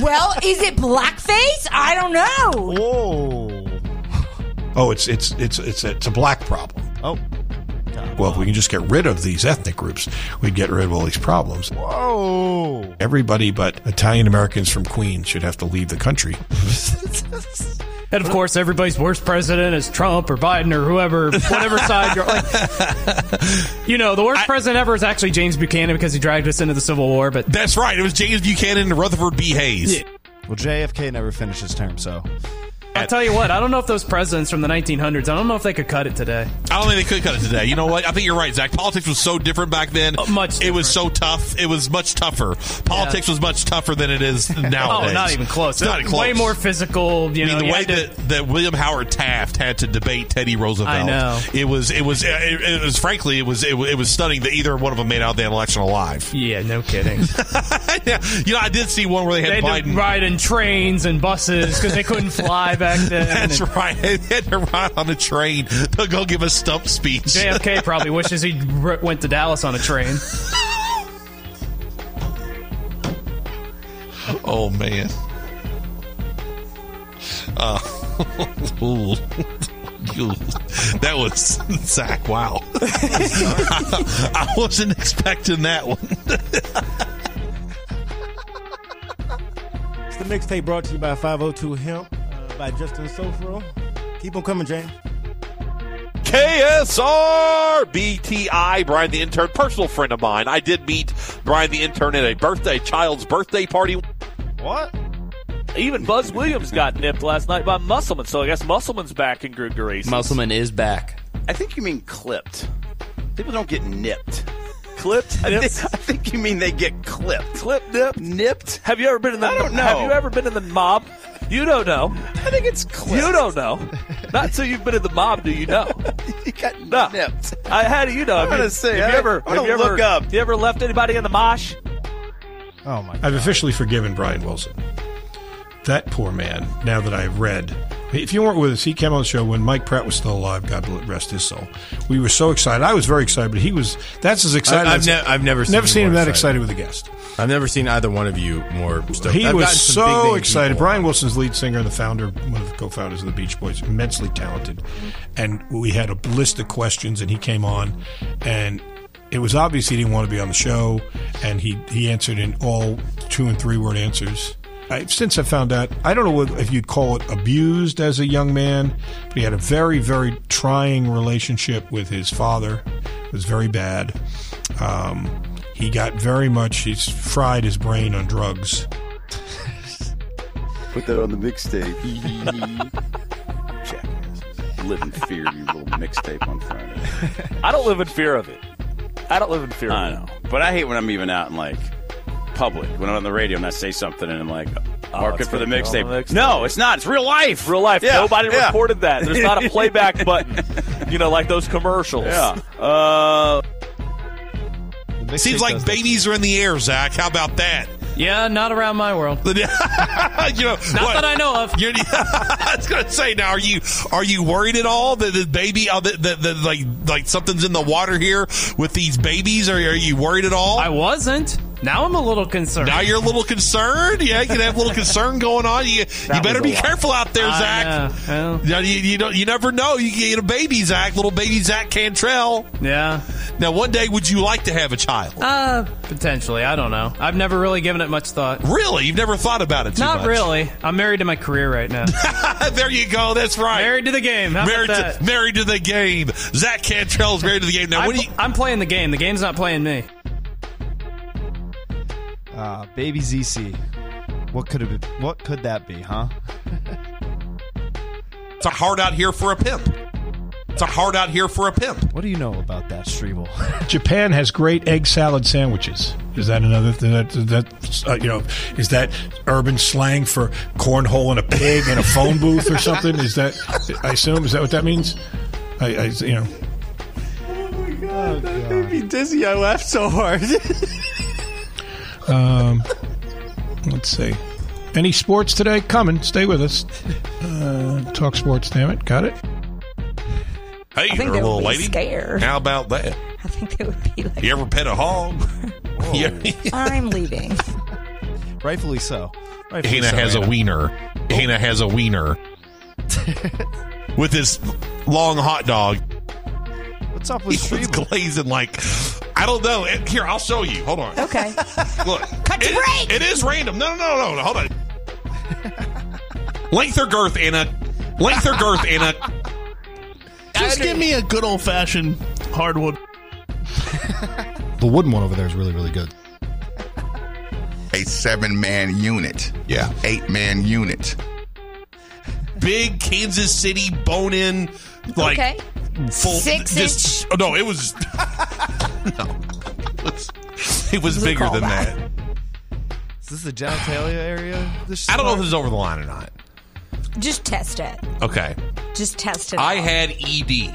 S24: well, is it blackface? I don't know.
S23: Oh, it's it's it's it's it's a black problem.
S22: Oh.
S23: Well, if we can just get rid of these ethnic groups, we'd get rid of all these problems.
S22: Whoa.
S23: Everybody but Italian Americans from Queens should have to leave the country.
S14: And of course, everybody's worst president is Trump or Biden or whoever, whatever side you're like. You know, the worst president ever is actually James Buchanan because he dragged us into the Civil War. But
S7: that's right. It was James Buchanan and Rutherford B. Hayes.
S22: Well, JFK never finished his term, so.
S14: I'll tell you what, I don't know if those presidents from the 1900s, I don't know if they could cut it today.
S7: I don't think they could cut it today. You know what? I think you're right, Zach. Politics was so different back then.
S14: Uh,
S7: much. It was so tough. It was much tougher. Politics was much tougher than it is nowadays.
S14: Oh, not even close.
S7: It's not even close.
S14: Way more physical. You
S7: I mean,
S14: know,
S7: the
S14: you
S7: way
S14: had to-
S7: that, that William Howard Taft had to debate Teddy Roosevelt.
S14: I know.
S7: It was. It was. It, it was. Frankly, it was. It, was- it was stunning that either one of them made out of that election alive.
S14: Yeah. No kidding.
S7: you know, I did see one where they
S14: they
S7: had
S14: had
S7: Biden.
S14: to ride in trains and buses because they couldn't fly back then.
S7: That's
S14: And
S7: right. They had to ride on a train to go give a stump speech.
S14: JFK probably wishes he r- went to Dallas on a train.
S7: Oh man. Uh, ooh. Ooh. that was Zach. Wow, I, I wasn't expecting that one.
S9: It's the mixtape brought to you by 502 Hemp uh, by Justin Sofro. Keep on coming, James.
S7: KSR BTI, Brian the intern, personal friend of mine. I did meet Brian the intern at a birthday child's birthday party.
S15: What? Even Buzz Williams got nipped last night by Musselman, so I guess Musselman's back in good graces.
S20: Musselman is back. I think you mean clipped. People don't get nipped. Clipped? I, thi- I think you mean they get clipped. Clip nipped? Nipped? Have you ever been in the I don't know.
S15: Have you ever been in the mob? You don't know.
S20: I think it's clipped.
S15: You don't know. Not until you've been in the mob do you know.
S20: you got nipped.
S15: I, how do you know?
S20: I'm
S15: Have you-
S20: gonna say,
S15: have
S20: I-
S15: you ever,
S20: I'm
S15: have you
S20: gonna
S15: ever,
S20: look up.
S15: You ever left anybody in the mosh?
S22: Oh my!
S16: I've officially forgiven Brian Wilson. That poor man. Now that I've read, if you weren't with us, he came on the show when Mike Pratt was still alive. God bl- rest his soul. We were so excited. I was very excited, but he was. That's as excited.
S21: I've,
S16: as-
S21: ne- I've never seen
S16: never
S21: you
S16: seen him
S21: more
S16: that excited with a guest.
S21: I've never seen either one of you more stoked.
S16: He
S21: I've
S16: was
S21: gotten some big
S16: so
S21: name
S16: excited.
S21: people.
S16: Brian Wilson's lead singer and the founder, one of the co-founders of the Beach Boys, immensely talented. And we had a list of questions, and he came on, and it was obvious he didn't want to be on the show, and he he answered in all two and three word answers. I, since I found out, I don't know what, if you'd call it abused as a young man, but he had a very, very trying relationship with his father. It was very bad. Um, he got very much, he's fried his brain on drugs.
S20: Put that on the mixtape. Jackasses. Live in fear, you little mixtape on Friday.
S15: I don't live in fear of it. I don't live in fear
S20: I
S15: of it.
S20: know. But I hate when I'm even out in like public, when I'm on the radio and I say something and I'm like, market
S15: Oh, it's
S20: for the
S15: gonna be on the
S20: mixtape. No, it's not. It's real life.
S15: Real life.
S20: Yeah,
S15: Nobody
S20: yeah.
S15: recorded that. There's not a playback button. You know, like those commercials.
S20: Yeah.
S15: Uh,
S7: Seems like babies are in the air, Zach. How about that?
S14: Yeah, not around my world.
S7: you know,
S14: Not that I know of.
S7: You're, I was gonna say, now are you are you worried at all that the baby, uh, that, that, that like like something's in the water here with these babies? Are, are you worried at all? I
S14: wasn't. Now I'm a little concerned.
S7: Now you're a little concerned. Yeah, you can have a little concern going on. You you better
S14: was a
S7: be
S14: lot.
S7: careful out there,
S14: I
S7: Zach. Yeah, You, you don't you never know. You get a baby Zach, little baby Zach Cantrell.
S14: Yeah.
S7: Now, one day, would you like to have a child?
S14: Uh, potentially. I don't know. I've never really given it much thought.
S7: Really? You've never thought about it too
S14: Not
S7: much?
S14: really. I'm married to my career right now.
S7: there you go. That's right.
S14: Married to the game. How about
S7: married,
S14: that?
S7: To, married to the game. Zach Cantrell's married to the game. Now,
S14: I'm,
S7: what do you?
S14: I'm playing the game. The game's not playing me.
S22: Uh, baby ZC. What could it be? What could that be, huh?
S7: It's a hard out here for a pimp. It's a hard out here for a pimp.
S22: What do you know about that, Streeble?
S16: Japan has great egg salad sandwiches. Is that another that that uh, you know? Is that urban slang for cornhole and a pig and a phone booth or something? Is that I assume is that what that means? I, I you know
S22: Oh,
S20: God, that made me dizzy. I laughed so hard.
S16: um, let's see. Any sports today? Coming. Stay with us. Uh, talk sports. Damn it. Got it.
S7: Hey,
S22: think
S7: you're a
S22: they
S7: little
S22: would be
S7: lady.
S22: scared.
S7: How about that?
S22: I think they would be
S7: You ever pet a hog? Yeah.
S22: I'm leaving. Rightfully so. Rightfully
S7: Hannah
S22: so,
S7: has a wiener. Hannah
S14: Oh.
S7: has a wiener with this long hot dog.
S22: What's up with
S7: Streeble? glazing like I don't know. It- Here, I'll show you. Hold on.
S22: Okay.
S7: Look. Cut to break. It is random. No, no, no, no. Hold on. Length or girth, Anna?
S23: Length or girth, Anna? Just give me a good old fashioned hardwood.
S2: The wooden one over there is really, really good.
S11: A seven man unit. Yeah. Eight man unit.
S23: Big Kansas City bone in, like
S24: Okay.
S23: full.
S24: Six
S23: just, oh, no, it was. no.
S7: It was
S23: It was a
S7: bigger than
S23: callback.
S7: that.
S22: Is this the genitalia area? This
S7: I don't know if
S22: part?
S7: this is over the line or not.
S24: Just test it.
S7: Okay.
S24: Just test it.
S7: I
S24: out.
S7: had ED.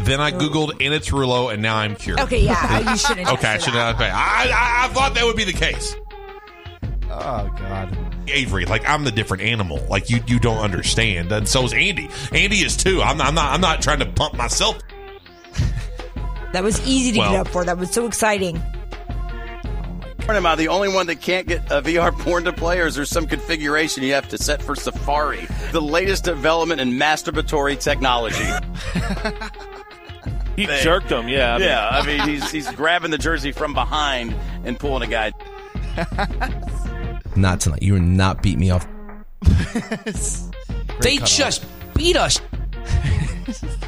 S7: Then I Googled and it's Rouleau, and now I'm cured.
S24: Okay, yeah, you shouldn't
S7: okay, I should not. Okay, I, I, I thought that would be the case. Oh God, Avery, like I'm the different animal. Like you, you don't understand, and so is Andy. Andy is too. I'm, I'm not. I'm not trying to pump myself.
S24: That was easy to
S7: Well-
S24: get up for. That was so exciting.
S3: Am I the only one that can't get a VR porn to play, or is there some configuration you have to set for Safari? The latest development in masturbatory technology.
S1: He jerked him, yeah. I mean-
S3: yeah, I mean, he's, he's grabbing the jersey from behind and pulling a guy.
S18: Not tonight. You are not beat me off.
S19: they just beat us.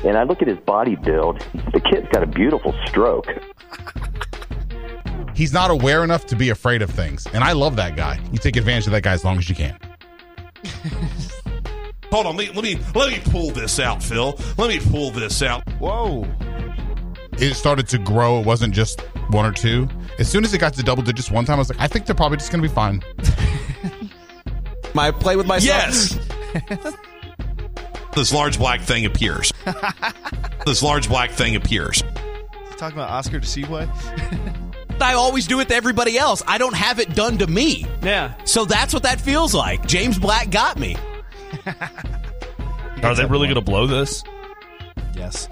S5: And I look at his body build. The kid's got a beautiful stroke.
S6: He's not aware enough to be afraid of things. And I love that guy. You take advantage of that guy as long as you can.
S7: Hold on, let, let me let me pull this out, Phil. Let me pull this out.
S6: Whoa. It started to grow. It wasn't just one or two. As soon as it got to double digits one time, I was like, I think they're probably just going to be fine.
S18: My play with myself.
S7: Yes. This large black thing appears. this large black thing appears.
S22: Talking about Oscar De Seaway?
S18: I always do it to everybody else. I don't have it done to me.
S25: Yeah.
S18: So that's what that feels like. James Black got me.
S15: Are they really going to blow this?
S18: Yes.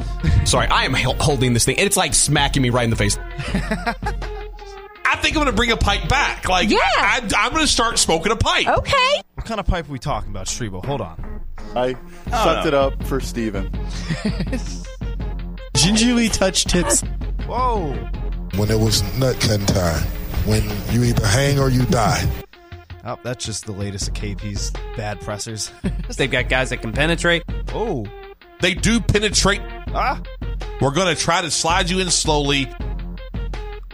S18: Sorry, I am hel- holding this thing, and it's like smacking me right in the face.
S7: I think I'm going to bring a pipe back. Like,
S22: Yeah.
S7: I, I'm going to start smoking a pipe.
S22: Okay. What kind of pipe are we talking about, Strebo? Hold on. Oh,
S8: I sucked it up for Steven.
S26: Gingerly touch tips.
S22: Whoa.
S26: When it was nut cutting time, when you either hang or you die.
S22: Oh, that's just the latest of KP's bad pressers.
S25: They've got guys that can penetrate.
S22: Oh.
S7: They do penetrate.
S22: Ah.
S7: We're going to try to slide you in slowly.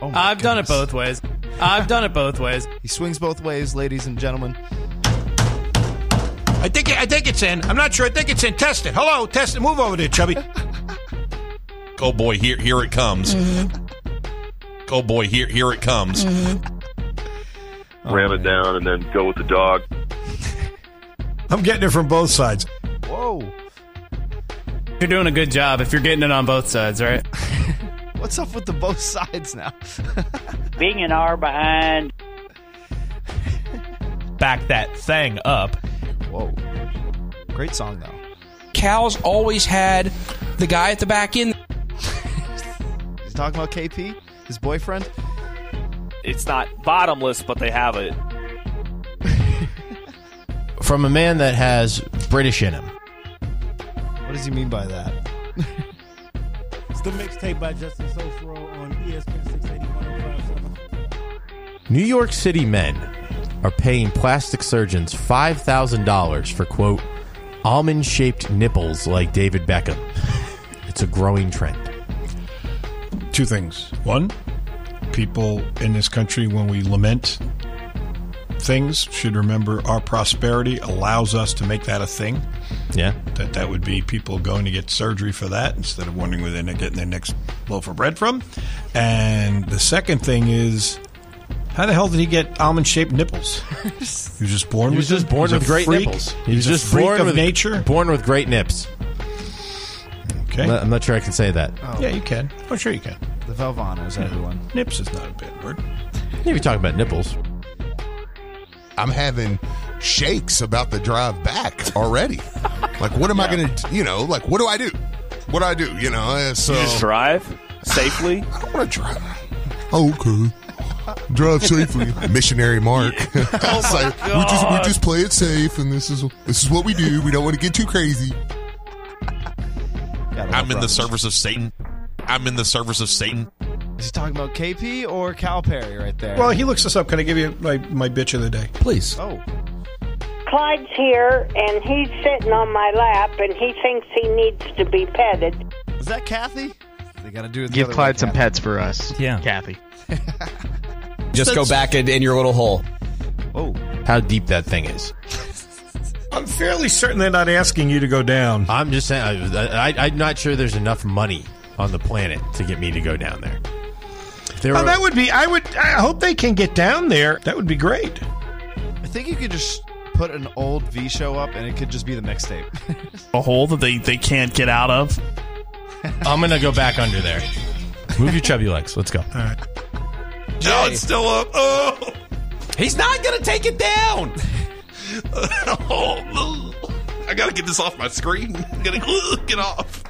S25: I've done it both ways. I've done it both ways.
S22: He swings both ways, ladies and gentlemen.
S16: I think I think it's in. I'm not sure. I think it's in. Test it. Hello, test it. Move over there, chubby.
S7: Oh boy, here here it comes.
S25: Mm-hmm.
S7: Oh boy, here here it comes.
S20: Mm-hmm.
S25: Mm-hmm.
S27: ram it down, and then go with the dog.
S16: I'm getting it from both sides.
S22: Whoa.
S25: You're doing a good job if you're getting it on both sides, right?
S22: What's up with the both sides now?
S28: Being an hour behind.
S15: Back that thing up.
S22: Whoa. Great song, though.
S19: Cal's always had the guy at the back end.
S22: Is he talking about KP? His boyfriend?
S1: It's not bottomless, but they have it.
S21: From a man that has British in him.
S22: What does he mean by that?
S9: It's the mixtape by Justin Sofro on E ESPN 680 1057.
S21: New York City men are paying plastic surgeons $5,000 for, quote, almond shaped nipples like David Beckham. It's a growing trend.
S16: Two things. One, people in this country, when we lament things, should remember our prosperity allows us to make that a thing.
S21: Yeah.
S16: That that would be people going to get surgery for that instead of wondering where they're getting their next loaf of bread from. And the second thing is, how the hell did he get almond shaped nipples? he was just born
S21: He
S16: with
S21: was just
S16: them?
S21: born
S16: He was a
S21: with great
S16: freak?
S21: nipples.
S16: He was just, a freak of nature.
S21: Born with great nips.
S16: Okay.
S21: I'm not, I'm not sure I can say that.
S16: Yeah, you can. Oh, sure you can.
S22: The Valvanos, everyone.
S16: Nips is not a bad word.
S21: Maybe talking about nipples.
S11: I'm having shakes about the drive back already. like, what am I going to, you know, like, what do I do? What do I do? You know, uh, so.
S1: You just drive safely.
S11: I don't want to drive. Okay. Drive safely, missionary Mark.
S1: Oh
S11: It's like, we just we
S27: God.
S11: just play it safe, and this is this is what we do. We don't want to get too crazy.
S7: I'm in the service of Satan. I'm in the service of Satan.
S22: Is he talking about KP or Cal Perry right there?
S16: Well, he looks this up. Can I give you my, my bitch of the day?
S18: Please.
S22: Oh.
S2: Clyde's here, and he's sitting on my lap, and he thinks he needs to be petted.
S22: Is that Kathy? They got to do it. the
S4: Give
S22: other
S4: Clyde
S22: way,
S4: some
S22: Kathy.
S4: pets for us. Yeah. Kathy.
S18: Just go back in, in your little hole.
S22: Oh,
S21: How deep that thing is.
S16: I'm fairly certain they're not asking you to go down.
S21: I'm just saying, I, I, I'm not sure there's enough money on the planet to get me to go down there. If there
S16: Oh,
S21: were-
S16: that would be. I would. I hope they can get down there. That would be great.
S22: I think you could just put an old V show up, and it could just be the mixtape.
S23: A hole that they, they can't get out of.
S21: I'm gonna go back under there. Move your chubby legs. Let's go. All right.
S7: No, it's still up. Oh.
S18: He's not going to take it down.
S7: Oh, I gotta get this off my screen. I'm gonna get off.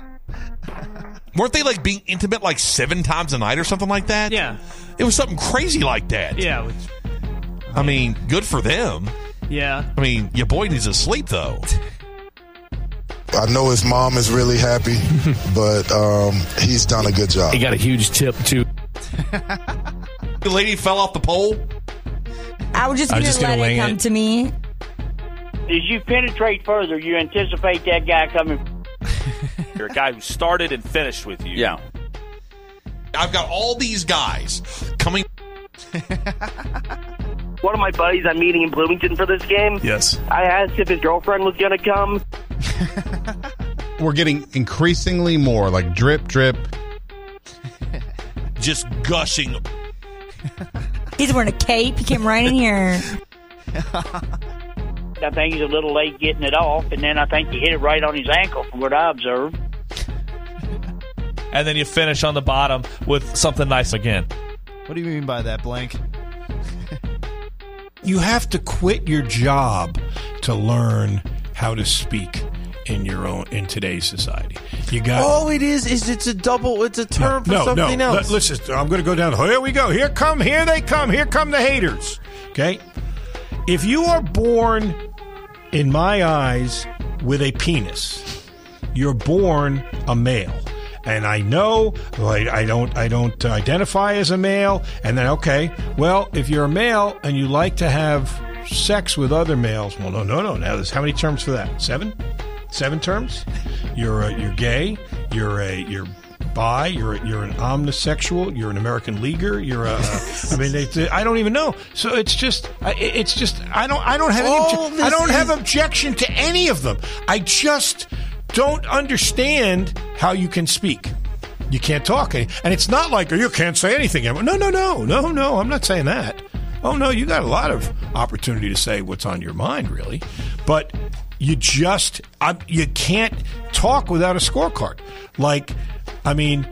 S10: Weren't they like being intimate like seven times a night or something like that? Yeah. It was something crazy like that.
S25: Yeah. Which,
S10: I mean, good for them.
S25: yeah.
S10: I mean, your boy needs to sleep though.
S26: I know his mom is really happy, but um, he's done a good job.
S4: He got a huge tip too.
S10: The lady fell off the pole.
S24: I was just
S4: I'm
S24: gonna
S4: just
S24: let
S4: gonna
S24: it
S4: wing
S24: come
S4: it.
S24: to me.
S28: As you penetrate further, you anticipate that guy coming.
S1: You're a guy who started and finished with you. Yeah.
S10: I've got all these guys coming.
S12: One of my buddies I'm meeting in Bloomington for this game.
S23: Yes.
S12: I asked if his girlfriend was gonna come.
S6: We're getting increasingly more like drip, drip.
S10: Just gushing.
S24: He's wearing a cape. He came right in here.
S28: I think he's a little late getting it off, and then I think he hit it right on his ankle, from what I observed.
S23: And then you finish on the bottom with something nice again.
S22: What do you mean by that, blank?
S16: You have to quit your job to learn how to speak in your own in today's society. You got.
S21: All it is is it's a double. It's a term for
S16: no,
S21: something
S16: no.
S21: else.
S16: Let, us just. I'm going to go down. Here we go. Here come. Here they come. Here come the haters. Okay. If you are born, in my eyes, with a penis, you're born a male. And I know well, I, I don't. I don't identify as a male. And then okay, well, if you're a male and you like to have sex with other males, well, no, no, no. Now there's how many terms for that? Seven, seven terms. You're uh, you're gay. You're a you're bi, you're you're an omnisexual, you're an American leaguer, you're a. I mean, they, they- I don't even know. So it's just, I- it- it's just, I don't, I don't have any,
S23: All
S16: obje-
S23: this
S16: I don't
S23: is-
S16: have objection to any of them. I just don't understand how you can speak. You can't talk, and and it's not like oh, you can't say anything. No, no, no, no, no. I'm not saying that. Oh no, you got a lot of opportunity to say what's on your mind, really, but you just I, you can't talk without a scorecard. Like, I mean,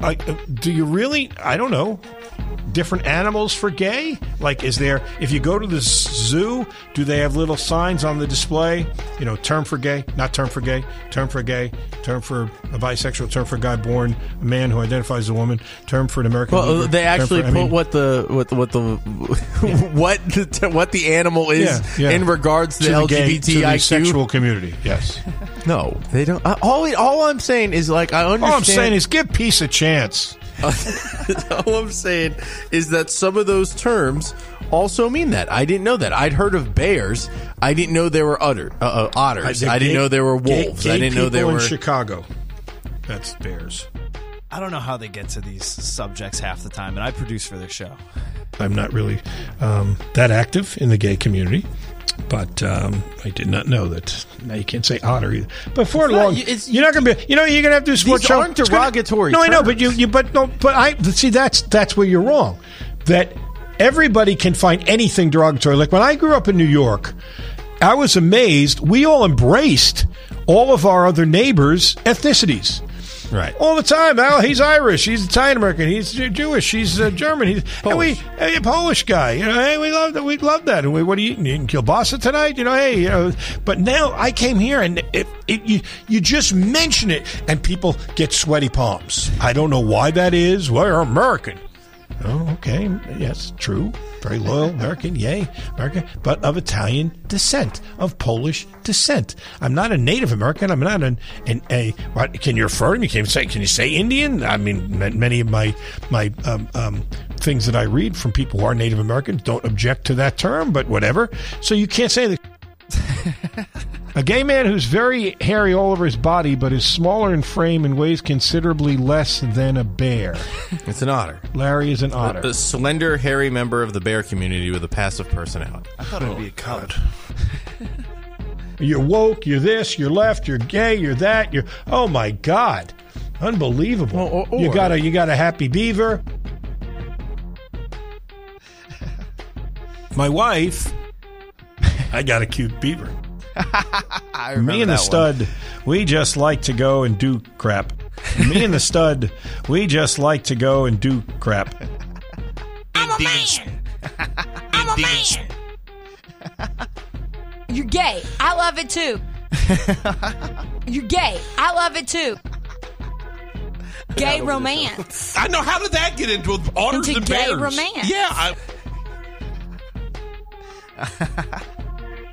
S16: I, uh, do you really? I don't know. Different animals for gay? Like, is there? If you go to the zoo, do they have little signs on the display? You know, term for gay, not term for gay, term for gay, term for a bisexual, term for a guy born a man who identifies as a woman, term for an American.
S18: Well, uh,
S16: leader,
S18: they
S16: term
S18: actually
S16: for- I mean-
S18: put what the what the, what the what the what the animal is
S16: Yeah, yeah.
S18: in regards to, the
S16: the gay-
S18: LGBTIQ
S16: to the sexual community. Yes.
S18: No, they don't. I- Uh, All all I'm saying is like I understand.
S16: All I'm saying is give peace a chance.
S18: all I'm saying is that some of those terms also mean that I didn't know that I'd heard of bears. I didn't know there were utter, uh, uh, otters. I didn't know there were wolves. I didn't know there were.
S16: in Chicago. That's bears.
S22: I don't know how they get to these subjects half the time, and I produce for their show.
S16: I'm not really um, that active in the gay community, but um, I did not know that. Now you can't say otter either. But for long, you're not going to be. You know, you're going to have to do a sports
S21: These
S16: show.
S21: aren't
S16: It's gonna-
S21: derogatory
S16: no, I know, but you, you, but no, but I see that's that's where you're wrong. That everybody can find anything derogatory. Like when I grew up in New York, I was amazed. We all embraced all of our other neighbors' ethnicities.
S21: Right.
S16: All the time. Oh, he's Irish. He's Italian American. He's Ju- Jewish. He's uh, German. He's and we hey, a Polish guy. You know, hey, we love that. We love that. And we, what are you eating? You eating kielbasa tonight? You know, hey. You know, but now I came here and it, it, you you just mention it and people get sweaty palms. I don't know why that is. We're American. Oh, okay. Yes, true. Very loyal American. Yay, American. But of Italian descent, of Polish descent. I'm not a Native American. I'm not an, an a. What, can you refer to me? Can you say? Can you say Indian? I mean, ma- many of my my um, um, things that I read from people who are Native Americans don't object to that term, but whatever. So you can't say that. A gay man who's very hairy all over his body, but is smaller in frame and weighs considerably less than a bear.
S21: It's an otter.
S16: Larry is an otter.
S21: A, a slender, hairy member of the bear community with a passive personality.
S16: I thought it'd be a coward. you're woke. You're this. You're left. You're gay. You're that. You're oh my god, unbelievable. you got a you got a happy beaver. My wife, I got a cute beaver.
S15: I
S16: Me and the stud, we just like to go and do crap. Me and the stud, we just like to go and do crap.
S10: I'm a man. I'm a man. You're gay. I love it too. You're gay. I love it too. Gay romance.
S7: I know. How did that get into otters
S10: Into
S7: and
S10: gay
S7: bears?
S10: romance.
S7: Yeah. I...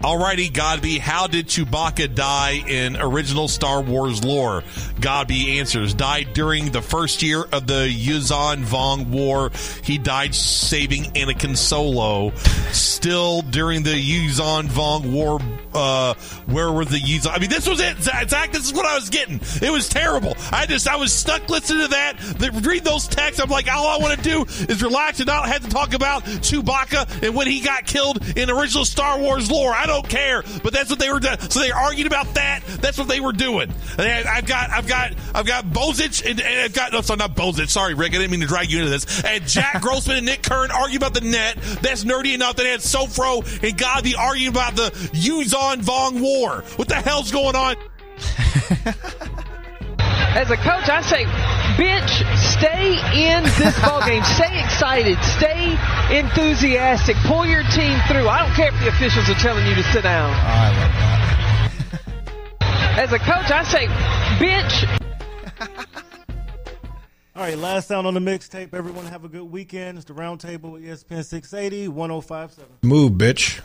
S7: Alrighty, Godby. How did Chewbacca die in original Star Wars lore? Godby answers: Died during the first year of the Yuzan Vong War. He died saving Anakin Solo. Still during the Yuzan Vong War. Uh, where were the Yuzan? I mean, this was it, Zach. Zach, This is what I was getting. It was terrible. I just I was stuck listening to that. The, read those texts. I'm like, all I want to do is relax and not have to talk about Chewbacca and when he got killed in original Star Wars lore. I don't care. But that's what they were doing. So they argued about that. That's what they were doing. And I- I've got I've got I've got Bozich and, and I've got no, sorry, not Bozich. Sorry, Rick. I didn't mean to drag you into this. And Jack Grossman and Nick Kern argue about the net. That's nerdy enough. Then they had Sofro and Godby arguing about the Yuzon Vong War. What the hell's going on?
S3: As a coach, I say, bitch, stay in this ballgame. stay excited. Stay enthusiastic. Pull your team through. I don't care if the officials are telling you to sit down. I love that. As a coach, I say, bitch.
S9: All right, last sound on the mixtape. E oh Everyone have a good weekend. It's the Roundtable, ESPN 680, 1057.
S16: Move, bitch.